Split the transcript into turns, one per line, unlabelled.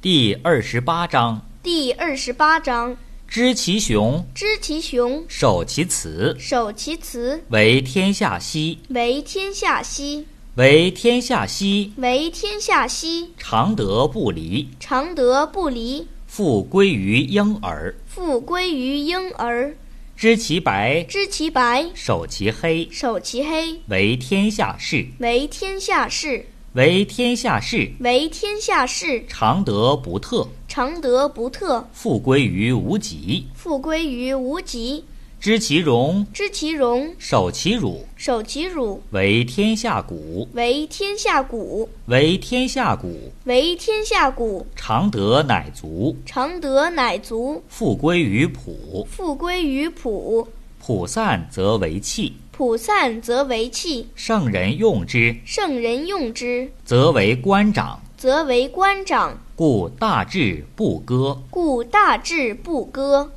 第二十八章：
第二十八章：
知其雄，
知其雄，
守其雌，
守其雌，
为天下溪。
为天下溪。
为天下溪，
为天下溪。
常德不离，
常德不离，
复归于婴儿。
复归于婴儿。
知其白，
知其白，
守其黑，
守其黑，
为天下事。
为天下事。
为天下事，
为天下事。
常德不特，
常德不特，
复归于无极。
复归于无极。
知其荣，
知其荣，
守其辱，
守其辱，
为天下谷。
为天下谷。
为天下谷，
为天下谷。
常德乃足，
常德乃足，
复归于朴。
复归于朴。
朴散则为器，
朴散则为器，
圣人用之，
圣人用之，
则为官长。
则为官长。
故大治不割。
故大治不割。